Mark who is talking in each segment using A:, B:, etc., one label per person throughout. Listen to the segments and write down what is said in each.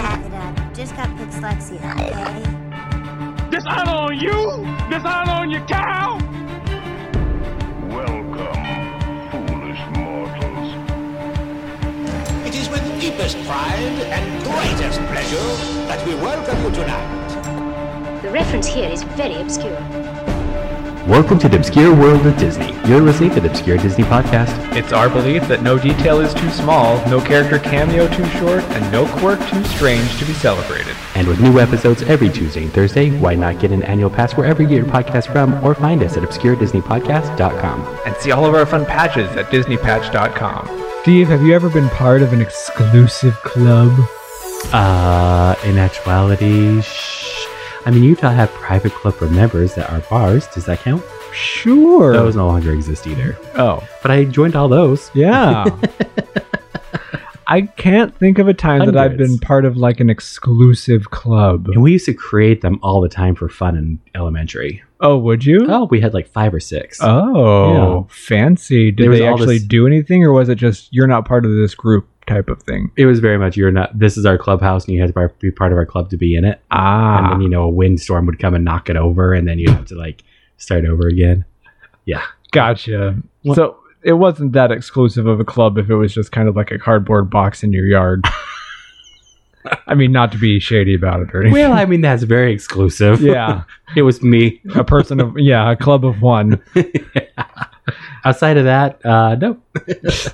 A: uh, just got dyslexia, okay?
B: Dishonor on you? Dishonor on your cow?
C: Welcome, foolish mortals.
D: It is with deepest pride and greatest pleasure that we welcome you tonight.
A: The reference here is very obscure.
E: Welcome to the obscure world of Disney. You're listening to the Obscure Disney Podcast.
F: It's our belief that no detail is too small, no character cameo too short, and no quirk too strange to be celebrated.
E: And with new episodes every Tuesday and Thursday, why not get an annual pass wherever you get your podcast from or find us at obscuredisneypodcast.com.
F: And see all of our fun patches at DisneyPatch.com.
G: Steve, have you ever been part of an exclusive club?
E: Uh, in actuality, shh. I mean, Utah had private club for members that are bars. Does that count?
G: Sure.
E: Those no longer exist either.
G: oh,
E: But I joined all those.
G: yeah. I can't think of a time that I've
E: Hundreds.
G: been part of like an exclusive club.
E: And we used to create them all the time for fun in elementary.
G: Oh, would you?
E: Oh, we had like five or six.
G: Oh, fancy. Did
E: There was
G: they
E: all
G: actually
E: this-
G: do anything or was it just you're not part of this group type of thing?
E: It was very much you're not. This is our clubhouse, and you had to be part of our club to be in it. and
G: Ah.
E: then you know a windstorm would come and knock it over and then you'd have to like start over again
G: Gotcha.
E: What-
G: So it wasn't that exclusive of a club if it was just kind of like a cardboard box in your yard. I mean, not to be shady about it or anything.
E: well i mean that's very exclusive
G: yeah,
E: it was me
G: a person of yeah, a club of one.
E: outside of that uh no
G: Because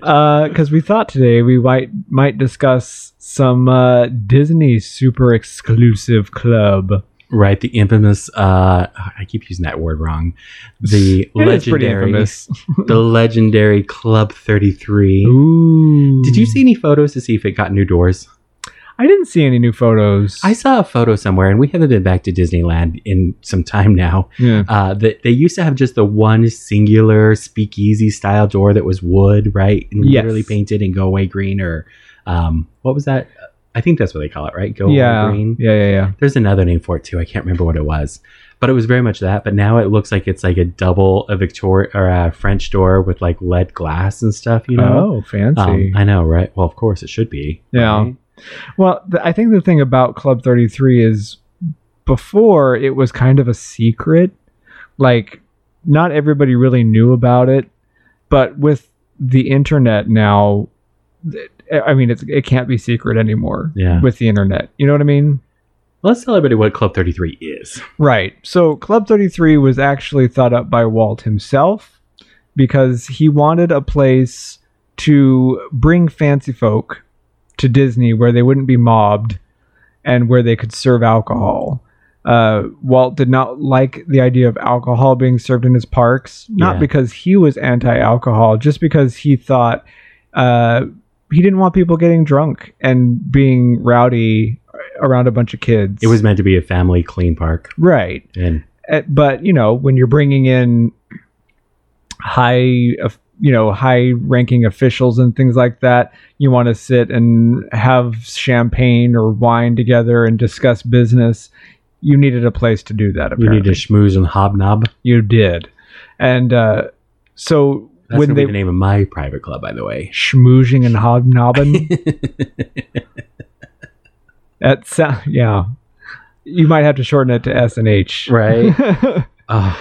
G: Uh, we thought today we might might discuss some uh, Disney super exclusive club.
E: right the infamous uh i keep using that word wrong the
G: It is pretty
E: legendary
G: infamous.
E: the legendary club 33
G: Ooh,
E: did you see any photos to see if it got new doors
G: I didn't see any new photos.
E: i saw a photo somewhere and we haven't been back to disneyland in some time now
G: yeah.
E: uh, that they used to have just the one singular speakeasy style door that was wood, right? And
G: Yes.
E: literally painted in go away green or um, what was that? I think that's what they call it, right? Go away
G: yeah,
E: green.
G: yeah, yeah, yeah.
E: There's another name for it too. I can't remember what it was, but it was very much that. But now it looks like it's like a double a Victoria or a French door with like lead glass and stuff. You know,
G: oh,
E: um,
G: fancy.
E: I know, right? Well, of course it should be.
G: Yeah.
E: right?
G: Well, th- I think the thing about Club 33 is before it was kind of a secret. Like, not everybody really knew about it. But with the internet now, th- I mean, it's, it can't be secret anymore
E: Yeah.
G: with the internet. You know what I mean?
E: Let's tell everybody what Club 33 is.
G: Right. So Club 33 was actually thought up by Walt himself because he wanted a place to bring fancy folk to Disney where they wouldn't be mobbed and where they could serve alcohol. Uh, Walt did not like the idea of alcohol being served in his parks, not
E: Yeah.
G: because he was anti alcohol, just because he thought uh, he didn't want people getting drunk and being rowdy around a bunch of kids.
E: It was meant to be a family clean park,
G: Right
E: and
G: uh, but you know when you're bringing in high uh, you know high ranking officials and things like that you want to sit and have champagne or wine together and discuss business you needed a place to do that
E: you need
G: apparently
E: to schmooze and hobnob.
G: You did and uh, so
E: That's
G: when
E: gonna be
G: they
E: the name of my private club, by the way.
G: schmoozing and hobnobbing that sound yeah you might have to shorten it to s and h
E: Right? Oh, I love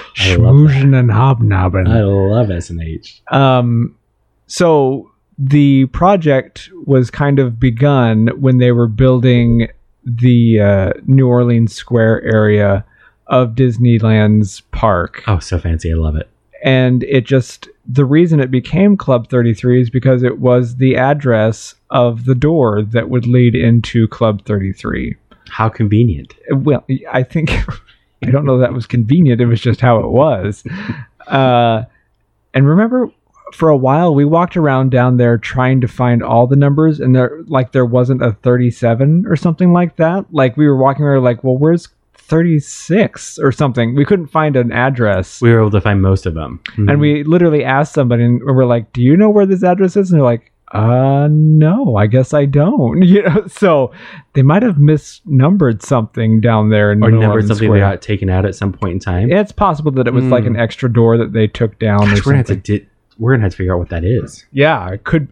E: that.
G: schmoozing and hobnobbing
E: I love SNH.
G: Um, so the project was kind of begun when they were building the uh, New Orleans Square area of Disneyland's park.
E: Oh, so fancy. I love it.
G: And it just, the reason it became Club 33 is because it was the address of the door that would lead into Club 33.
E: How convenient.
G: Well, I think I don't know that was convenient. It was just how it was. Uh, and remember, for a while we walked around down there trying to find all the numbers, and there like there wasn't a thirty-seven or something like that. Like we were walking around, like, well, where's thirty-six or something? We couldn't find an address.
E: We were able to find most of them.
G: and
E: Mhm.
G: we literally asked somebody, and we we're like, "Do you know where this address is?" And they're like, "Uh, no, I guess I don't." You know, so they might have misnumbered something down there, in
E: or
G: New
E: numbered
G: Orleans
E: something
G: Square.
E: they got taken out at some point in time.
G: It's possible that it was like
E: Mm.
G: an extra door that they took down
E: Gosh,
G: or
E: we're gonna
G: something.
E: have to di- we're gonna have to figure out what that is,
G: yeah, it could.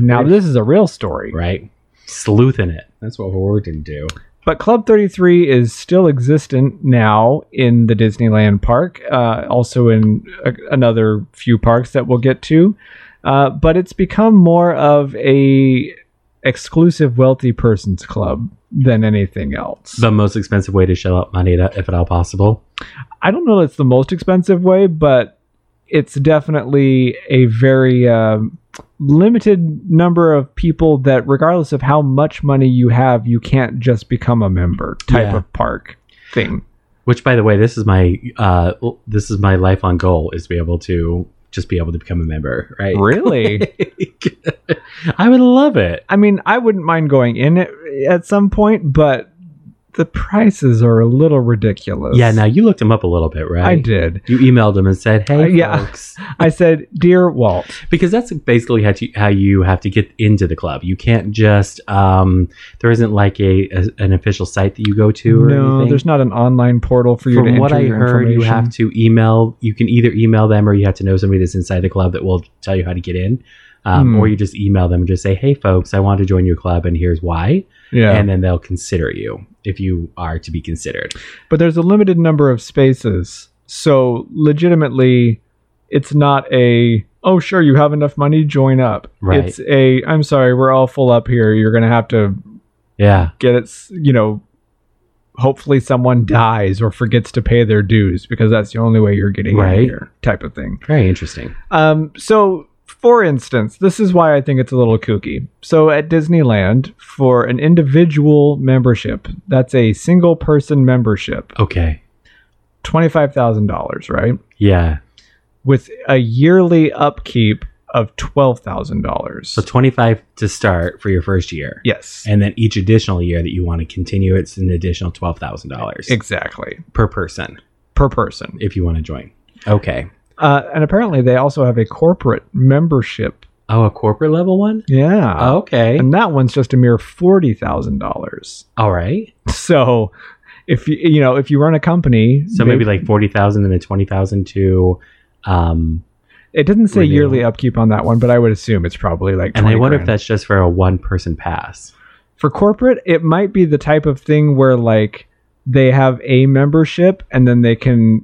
G: Now this is a real story.
E: right? sleuthing it. That's what we're going to do.
G: But Club 33 is still existent now in the Disneyland park, uh, also in a, another few parks that we'll get to. Uh, but it's become more of a exclusive wealthy person's club than anything else.
E: The most expensive way to shell out money, to, if at all possible.
G: I don't know it's the most expensive way, but it's definitely a very um limited number of people that, regardless of how much money you have, you can't just become a member type
E: Yeah.
G: of park thing.
E: Which, by the way, this is my uh, this is my lifelong goal is to be able to just be able to become a member. Right?
G: Really?
E: I would love it.
G: I mean, I wouldn't mind going in it at some point, but the prices are a little ridiculous.
E: Yeah. Now you looked him up a little bit, right?
G: I did.
E: You emailed him and said, "Hey,
G: Uh, yeah.
E: folks,"
G: I said, "Dear Walt,
E: because that's basically how you how you have to get into the club. You can't just um, there isn't like a, a an official site that you go to or
G: no,
E: anything.
G: there's not an online portal for you to
E: From
G: enter
E: what I
G: your
E: heard, you
G: information.
E: have to email. You can either email them or you have to know somebody that's inside the club that will tell you how to get in. Um,
G: Hmm.
E: Or you just email them and just say, "Hey, folks, I want to join your club, and here's why,"
G: yeah.
E: and then they'll consider you if you are to be considered.
G: but there's a limited number of spaces. So legitimately, it's not a oh sure you have enough money join up.
E: Right.
G: It's a I'm sorry we're all full up here. You're gonna have to
E: Yeah,
G: get it. s- You know, hopefully someone dies or forgets to pay their dues because that's the only way you're getting in
E: Right.
G: here type of thing.
E: very interesting.
G: Um, so, for instance, this is why I think it's a little kooky. So, at Disneyland, for an individual membership, that's a single person membership,
E: Okay,
G: $25,000, right?
E: yeah.
G: With a yearly upkeep of $12,000.
E: So twenty five to start for your first year,
G: yes.
E: and then each additional year that you want to continue, it's an additional twelve thousand dollars
G: Exactly.
E: per person
G: Per person.
E: if you want to join. Okay.
G: Uh, and apparently, they also have a corporate membership.
E: Oh, a corporate level one.
G: Yeah.
E: okay.
G: Ah. And that one's just a mere $40,000.
E: All right.
G: So. If you you know if you run a company,
E: So maybe, like forty thousand and then twenty thousand to, um,
G: It didn't say
E: Renewal.
G: yearly upkeep on that one, but I would assume it's probably like.
E: and I
G: 20
E: wonder if
G: grand.
E: that's just for a one person pass.
G: for corporate. It might be the type of thing where like they have a membership and then they can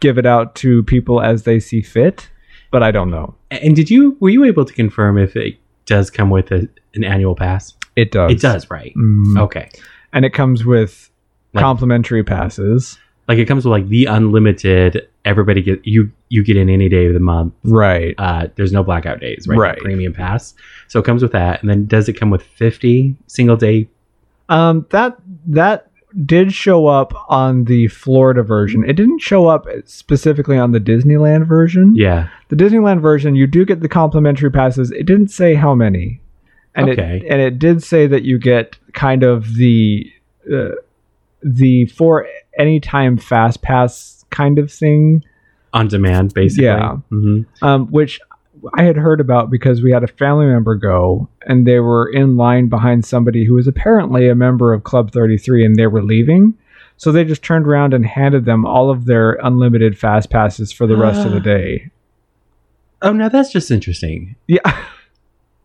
G: give it out to people as they see fit. But I don't know.
E: A- And did you were you able to confirm if it does come with a, an annual pass?
G: It does.
E: It does, right?
G: Mm.
E: Okay.
G: And it comes with
E: Like-
G: complimentary passes.
E: Like it comes with like the unlimited. Everybody get you you get in any day of the month.
G: Right.
E: Uh, there's no blackout days, right?
G: Right.
E: Premium pass. So it comes with that, and then does it come with fifty single day?
G: Um. That that did show up on the Florida version. It didn't show up specifically on the Disneyland version.
E: Yeah.
G: The Disneyland version, you do get the complimentary passes. It didn't say how many, and
E: Okay.
G: it and it did say that you get kind of the uh, the for any time fast pass kind of thing,
E: On demand, basically.
G: Yeah.
E: hmm
G: um, which I had heard about because we had a family member go and they were in line behind somebody who was apparently a member of Club Thirty Three, and they were leaving. So they just turned around and handed them all of their unlimited fast passes for the rest of
E: Ah.
G: the day.
E: Oh, now that's just interesting.
G: Yeah.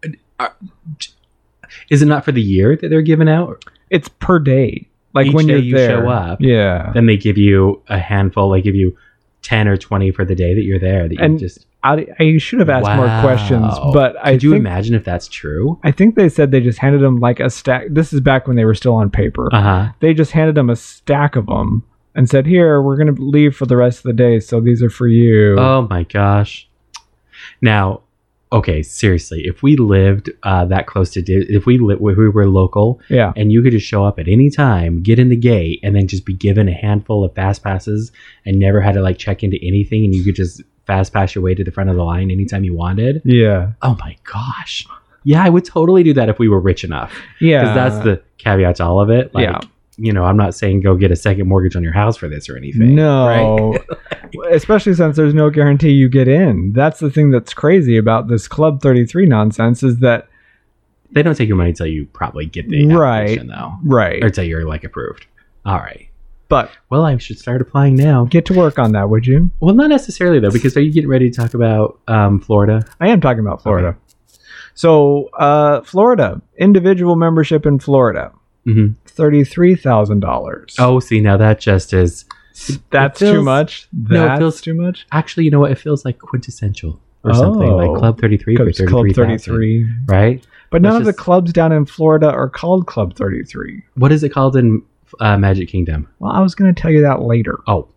E: Is it not for the year that they're given out?
G: it's per day. Like
E: Each
G: when
E: day
G: you're
E: you
G: there,
E: show up.
G: Yeah.
E: Then they give you a handful. They give you ten or twenty for the day that you're there. That you
G: And
E: just.
G: I, I should have asked more questions,
E: Wow.
G: but I
E: Could you
G: think,
E: imagine if that's true?
G: I think they said they just handed them like a stack. This is back when they were still on paper.
E: Uh huh.
G: They just handed them a stack of them and said, "Here, we're gonna leave for the rest of the day, so these are for you."
E: Oh my gosh. Now, okay, seriously, if we lived uh, that close to, Di- if we li- if we were local,
G: yeah.
E: and you could just show up at any time, get in the gate, and then just be given a handful of fast passes, and never had to like check into anything, and you could just fast pass your way to the front of the line anytime you wanted.
G: Yeah.
E: Oh my gosh. Yeah, I would totally do that if we were rich enough.
G: Yeah.
E: Because that's the caveat to all of it. Like,
G: Yeah.
E: you know, I'm not saying go get a second mortgage on your house for this or anything.
G: No, especially since there's no guarantee you get in. That's the thing that's crazy about this Club 33 nonsense is that,
E: They don't take your money until you probably get the
G: Right.
E: application, though.
G: right.
E: Or until you're like approved. All right.
G: But
E: Well, I should start applying now.
G: get to work on that, would you?
E: Well, not necessarily though, because are you getting ready to talk about um, Florida?
G: I am talking about Florida. So, uh, Florida, individual membership in Florida,
E: Mhm.
G: $33,000.
E: Oh, see, now that just is
G: that's
E: it feels-
G: too much. That's
E: no, it feels-
G: too much.
E: actually, you know what? It feels like quintessential or something like
G: Oh.
E: Club 33 for
G: Because Club
E: 33,000,
G: 33.
E: right?
G: But
E: That's
G: none of the
E: just-
G: clubs down in Florida are called Club 33.
E: What is it called in uh, Magic Kingdom?
G: Well, I was going to tell you that later.
E: Oh,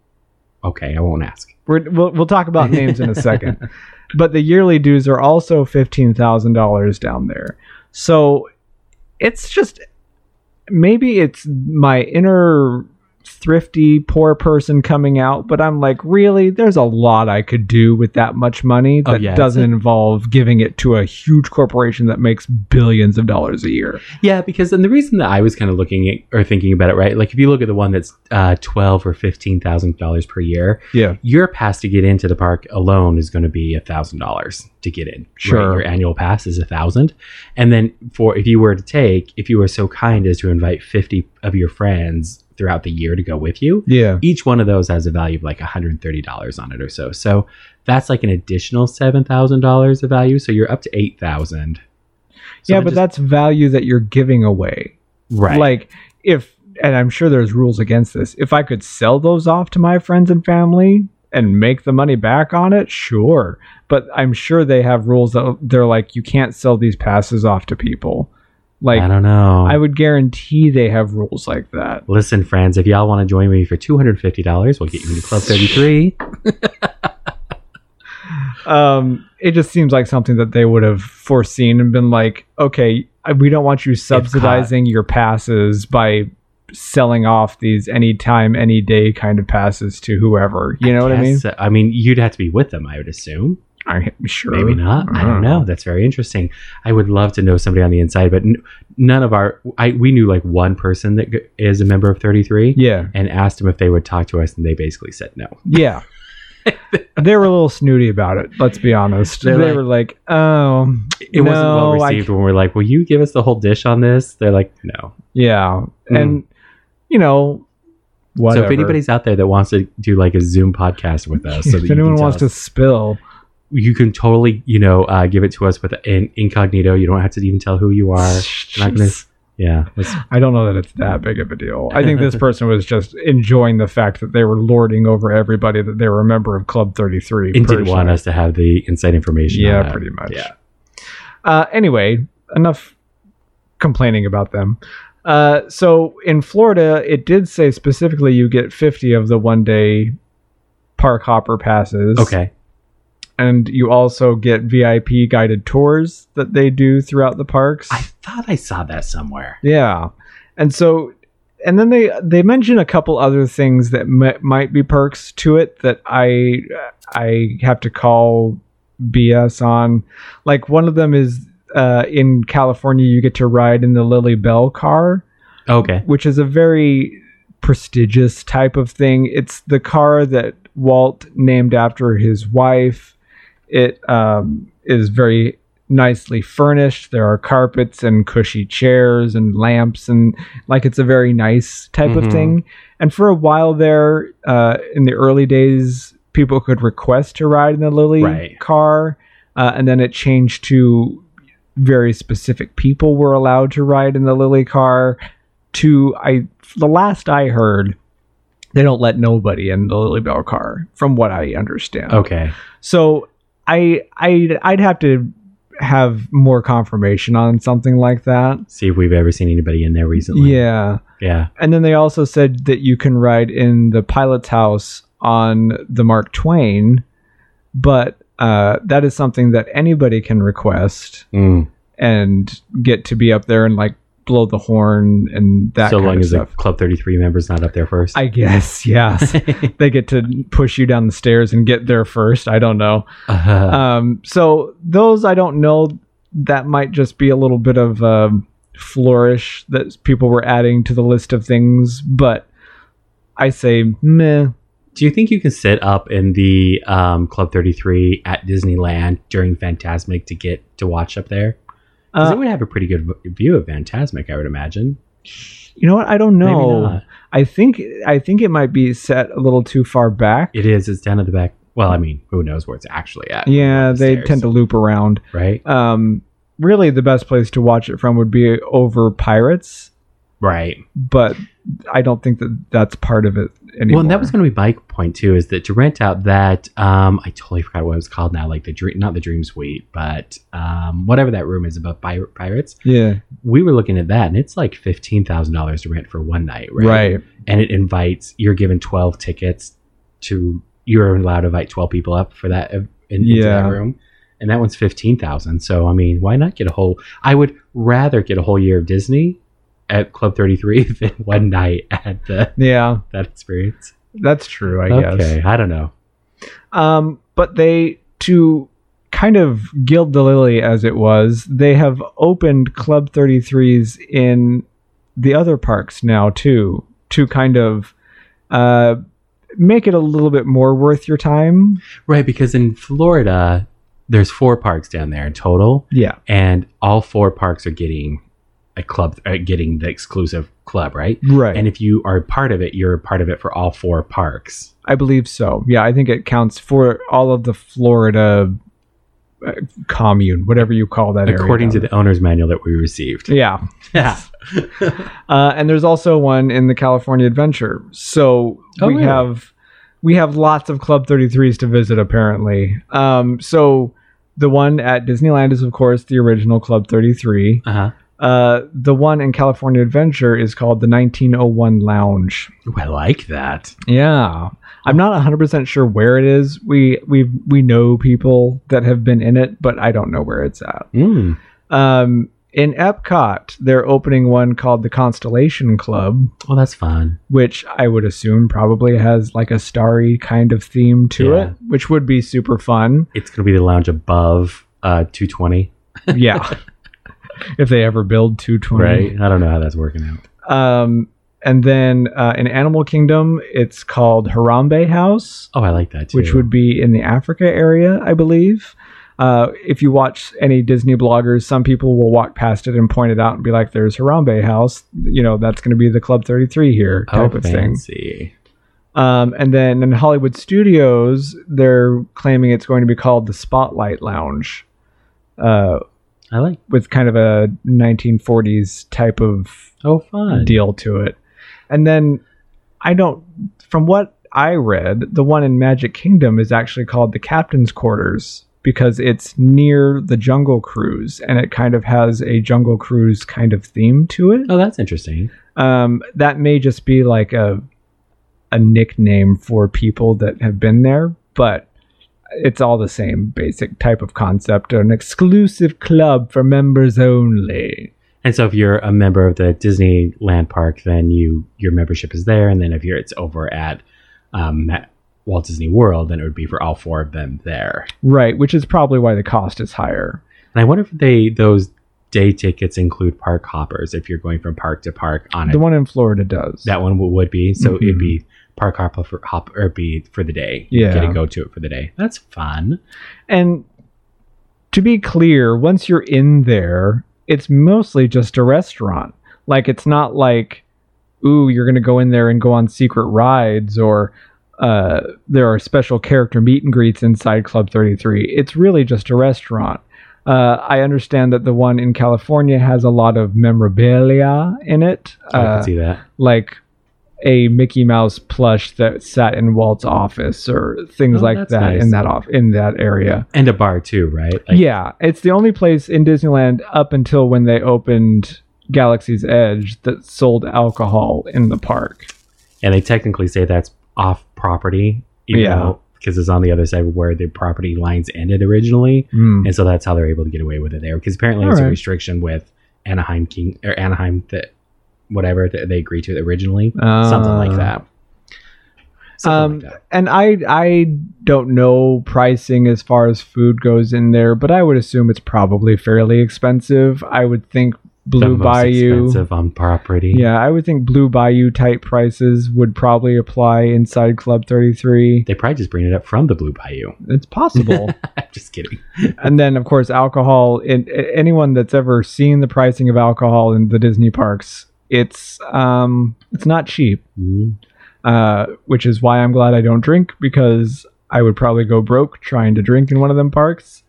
E: okay. I won't ask.
G: We're, we'll, we'll talk about names in a second. But the yearly dues are also $15,000 down there. So it's just maybe it's my inner thrifty poor person coming out, but I'm like, really? There's a lot I could do with that much money
E: Oh,
G: that
E: yeah.
G: doesn't involve giving it to a huge corporation that makes billions of dollars a year.
E: Yeah, because and the reason that I was kind of looking at or thinking about it, right? Like if you look at the one that's uh, twelve or fifteen thousand dollars per year,
G: Yeah.
E: your pass to get into the park alone is going to be a thousand dollars to get in. right?
G: Sure.
E: your annual pass is a thousand, and then for if you were to take, if you were so kind as to invite fifty of your friends throughout the year to go with you,
G: Yeah.
E: each one of those has a value of like $130 on it or so. So that's like an additional $7,000 of value. So you're up to 8000 So
G: yeah,
E: I
G: but
E: just-
G: that's value that you're giving away.
E: right.
G: Like if and I'm sure there's rules against this. If I could sell those off to my friends and family and make the money back on it, sure. But I'm sure they have rules that they're like you can't sell these passes off to people. Like
E: I
G: I,
E: don't know.
G: would guarantee they have rules like that.
E: Listen, friends, if y'all want to join me for two hundred fifty dollars, we'll get you into Club Thirty Three.
G: Um it just seems like something that they would have foreseen and been like, "Okay, I- we don't want you subsidizing your passes by selling off these anytime any day kind of passes to whoever." You know what I mean?
E: I mean, you'd have to be with them, I would assume.
G: I'm sure. Uh-huh.
E: Maybe not. I don't know. That's very interesting. I would love to know somebody on the inside, but n- none of our. I we knew like one person that g- is a member of Thirty Three,
G: Yeah.
E: and asked them if they would talk to us, and they basically said no.
G: Yeah. they were a little snooty about it, let's be honest.
E: They're
G: they
E: like-
G: were like, oh,
E: It wasn't
G: no,
E: well
G: I
E: received when we are like, "Will you give us the whole dish on this?" They're like, "No."
G: c- Yeah.
E: Mm.
G: And, you know, whatever.
E: So if anybody's out there that wants to do like a Zoom podcast with us, so that
G: if
E: you
G: anyone
E: can tell
G: wants
E: us-
G: to spill,
E: you can totally you know uh, give it to us with an incognito you don't have to even tell who you are We're not gonna- yeah let's-
G: I don't know that it's that big of a deal. I think this person was just enjoying the fact that they were lording over everybody that they were a member of Club 33.
E: it didn't want
G: personally.
E: us to have the inside information on
G: Yeah,
E: that.
G: pretty much.
E: yeah
G: Uh, anyway, enough complaining about them. Uh, so in Florida, it did say specifically you get 50 of the one day park hopper passes.
E: okay
G: And you also get VIP guided tours that they do throughout the parks.
E: i thought i saw that somewhere
G: Yeah, and so, and then they they mention a couple other things that m- might be perks to it that I I have to call BS on. Like one of them is uh, in California, you get to ride in the Lily Bell car,
E: okay
G: which is a very prestigious type of thing. It's the car that Walt named after his wife. It um, is very nicely furnished. There are carpets and cushy chairs and lamps, and like it's a very nice type
E: Mhm.
G: of thing. And for a while there, uh, in the early days, people could request to ride in the Lily
E: Right.
G: car, uh, and then it changed to very specific people were allowed to ride in the Lily car. To I, the last I heard, they don't let nobody in the Lily Bell car, from what I understand.
E: okay
G: So I I I'd have to have more confirmation on something like that.
E: see if we've ever seen anybody in there recently
G: Yeah.
E: yeah
G: And then they also said that you can ride in the pilot's house on the Mark Twain, but uh, that is something that anybody can request
E: Mm.
G: and get to be up there and like blow the horn and that
E: so
G: kind
E: long
G: of
E: as the
G: stuff.
E: club 33 member's not up there first
G: I guess, yes. they get to push you down the stairs and get there first. I don't know.
E: Uh,
G: Um, so those I don't know. That might just be a little bit of a flourish that people were adding to the list of things, but I say meh.
E: do you think you can sit up in the um, club 33 at disneyland during phantasmic to get to watch up there because
G: Uh,
E: it would have a pretty good v- view of phantasmic i would imagine
G: you know what? I don't
E: Maybe
G: know.
E: not.
G: I think I think it might be set a little too far back.
E: It is. It's down at the back. Well, I mean, who knows where it's actually at?
G: yeah, they tend to loop around.
E: Right?
G: Um, really the best place to watch it from would be over Pirates,
E: Right.
G: but I don't think that that's part of it anymore.
E: Well, and that was going to be my point too. Is that to rent out that? Um, I totally forgot what it was called now. Like the dream, not the dream suite, but um, whatever that room is above Pir- pirates.
G: yeah,
E: We were looking at that, and it's like fifteen thousand dollars to rent for one night, right?
G: right.
E: And it invites. You're given twelve tickets to. You're allowed to invite twelve people up for that uh, in, into
G: Yeah.
E: that room, and that one's fifteen thousand. So I mean, why not get a whole? I would rather get a whole year of Disney at Club Thirty Three than one night at the
G: Yeah,
E: that experience.
G: that's true. I guess.
E: Okay, I don't know.
G: Um, but they to kind of gild the lily as it was, they have opened Club 33s in the other parks now too, to kind of uh, make it a little bit more worth your time.
E: Right, because in Florida, there's four parks down there in total,
G: Yeah,
E: and all four parks are getting a club, uh, getting the exclusive club, right?
G: right.
E: And if you are part of it, you're a part of it for all four parks.
G: I believe so. Yeah, I think it counts for all of the Florida uh, commune, whatever you call that. area.
E: According to the owner's manual that we received.
G: yeah,
E: Yeah.
G: Uh, and there's also one in the California Adventure. So
E: Oh,
G: we
E: really?
G: have we have lots of Club 33s to visit apparently. Um, so the one at Disneyland is of course the original Club 33.
E: Uh-huh.
G: Uh, the one in California Adventure is called the 1901 Lounge.
E: Ooh, I like that.
G: Yeah. I'm not 100% sure where it is. We we we know people that have been in it, but I don't know where it's at.
E: Mm.
G: Um, in Epcot, they're opening one called the Constellation Club
E: Well, that's fun.
G: which I would assume probably has like a starry kind of theme to
E: Yeah.
G: it, which would be super fun.
E: It's going to be the lounge above uh, 220,
G: Yeah. if they ever build 220.
E: right? I don't know how that's working out.
G: Um, and then uh, in Animal Kingdom, it's called Harambe House,
E: Oh, I like that too.
G: which would be in the Africa area, I believe. Uh, if you watch any Disney bloggers, some people will walk past it and point it out and be like, there's Harambe House. You know, that's going to be the Club 33 here
E: oh,
G: type of thing.
E: fancy.
G: Um, and then in Hollywood Studios, they're claiming it's going to be called the Spotlight Lounge, uh,
E: I like.
G: with kind of a 1940s type of
E: Oh, fun.
G: deal to it. And then I don't, from what I read, the one in Magic Kingdom is actually called the Captain's Quarters because it's near the Jungle Cruise and it kind of has a Jungle Cruise kind of theme to it
E: Oh, that's interesting.
G: um, that may just be like a a nickname for people that have been there, but it's all the same basic type of concept. An exclusive club for members only.
E: And so if you're a member of the Disneyland park, then you your membership is there. And then if you're it's over at um, at Walt Disney World, then it would be for all four of them there.
G: Right, which is probably why the cost is higher.
E: And I wonder if they those day tickets include park hoppers if you're going from park to park on
G: The
E: it.
G: one in Florida does.
E: that one would- would be so it'd
G: Mhm.
E: be park hopper for hop or it'd be for the day.
G: Yeah.
E: you get to go to it for the day. That's fun.
G: And to be clear, once you're in there, it's mostly just a restaurant. Like it's not like, ooh, you're gonna go in there and go on secret rides or uh, there are special character meet and greets inside Club 33. It's really just a restaurant. Uh, I understand that the one in California has a lot of memorabilia in it,
E: I
G: uh,
E: can see that.
G: like a Mickey Mouse plush that sat in Walt's office or things
E: Oh,
G: like
E: that's
G: that
E: nice.
G: in that off in that area
E: And a bar too, right? Like,
G: yeah, it's the only place in Disneyland up until when they opened Galaxy's Edge that sold alcohol in the park.
E: and they technically say that's off property,
G: Yeah.
E: yeah, because it's on the other side where the property lines ended originally, and so that's how they're able to get away with it there. Because apparently, there's a
G: Mm-hmm. Alright.
E: restriction with Anaheim King or Anaheim that whatever that they agreed to originally,
G: Uh, um,
E: something like that. Something like that.
G: And I I don't know pricing as far as food goes in there, but I would assume it's probably fairly expensive. I would think
E: The
G: Blue
E: most
G: Bayou.
E: expensive on property.
G: Yeah, I would think Blue Bayou type prices would probably apply inside Club 33.
E: They probably just bring it up from the Blue Bayou.
G: It's possible.
E: I'm just kidding.
G: and then of course alcohol in a- anyone that's ever seen the pricing of alcohol in the disney parks it's um it's not cheap
E: Mm.
G: uh which is why i'm glad i don't drink because i would probably go broke trying to drink in one of them parks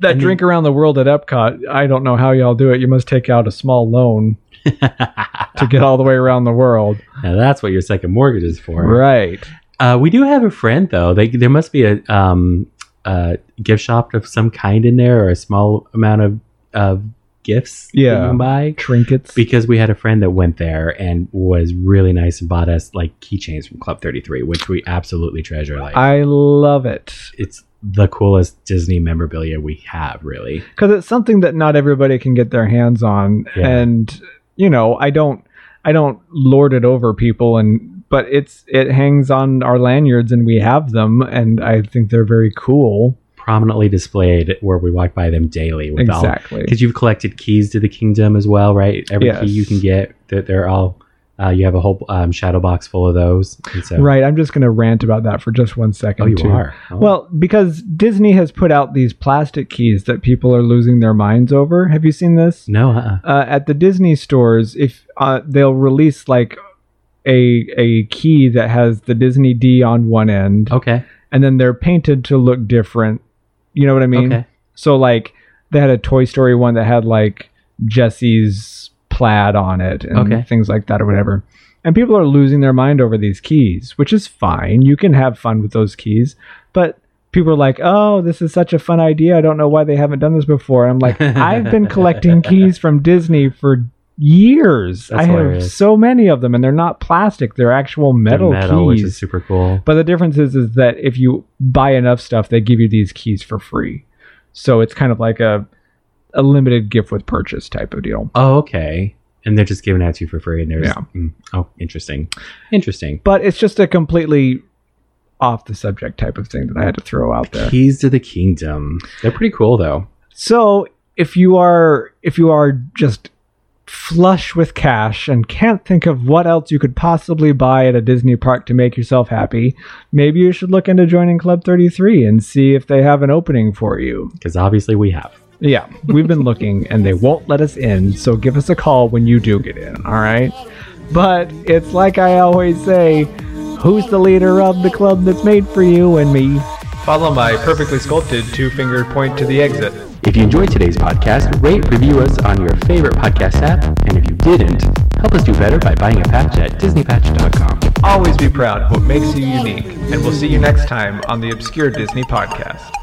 G: that drink around the world at Epcot, I don't know how y'all do it. You must take out a small loan to get all the way around the world.
E: Now that's what your second mortgage is for.
G: Right.
E: Uh, we do have a friend though. They, there must be a um, uh, gift shop of some kind in there, or a small amount of of gifts. that
G: Yeah.
E: you can buy
G: Trinkets.
E: because we had a friend that went there and was really nice and bought us like keychains from Club Thirty Three, which we absolutely treasure. Like
G: I love it
E: it's the coolest Disney memorabilia we have, really.
G: because it's something that not everybody can get their hands on,
E: Yeah.
G: and you know, I don't, I don't lord it over people, and but it's it hangs on our lanyards, and we have them, and I think they're very cool.
E: Prominently displayed where we walk by them daily with all
G: exactly.
E: because you've collected keys to the kingdom as well, right? Every key
G: Yes.
E: you can get, they're, they're all. Uh, you have a whole um, shadow box full of those. And so,
G: Right. I'm just going to rant about that for just one second.
E: Oh, you
G: too.
E: are. Oh.
G: Well, because Disney has put out these plastic keys that people are losing their minds over. Have you seen this?
E: no, uh,
G: Uh, at the Disney stores, if uh, they'll release like a a key that has the Disney D on one end,
E: okay,
G: and then they're painted to look different. You know what I mean?
E: okay,
G: So like they had a Toy Story one that had like Jesse's plaid on it and
E: Okay.
G: things like that or whatever. And people are losing their mind over these keys, which is fine. You can have fun with those keys, but people are like, "Oh, this is such a fun idea. I don't know why they haven't done this before." And I'm like, "I've been collecting keys from Disney for years.
E: That's
G: I have
E: hilarious.
G: so many of them and they're not plastic. They're actual metal,
E: The metal,
G: keys."
E: which is super cool.
G: But the difference is, is that if you buy enough stuff, they give you these keys for free. So it's kind of like a a limited gift with purchase type of deal.
E: Oh, okay, and they're just giving out to you for free, and there's
G: Yeah.
E: mm, oh, interesting, interesting.
G: But it's just a completely off the subject type of thing that I had to throw out there.
E: Keys to the kingdom. They're pretty cool though.
G: So if you are if you are just flush with cash and can't think of what else you could possibly buy at a Disney park to make yourself happy, maybe you should look into joining Club 33 and see if they have an opening for you.
E: Because obviously we have.
G: Yeah, we've been looking and they won't let us in, so give us a call when you do get in, all right? But it's like I always say who's the leader of the club that's made for you and me?
F: Follow my perfectly sculpted two finger point to the exit.
E: If you enjoyed today's podcast, rate, review us on your favorite podcast app, and if you didn't, help us do better by buying a patch at disneypatch.com.
F: Always be proud of what makes you unique, and we'll see you next time on the Obscure Disney Podcast.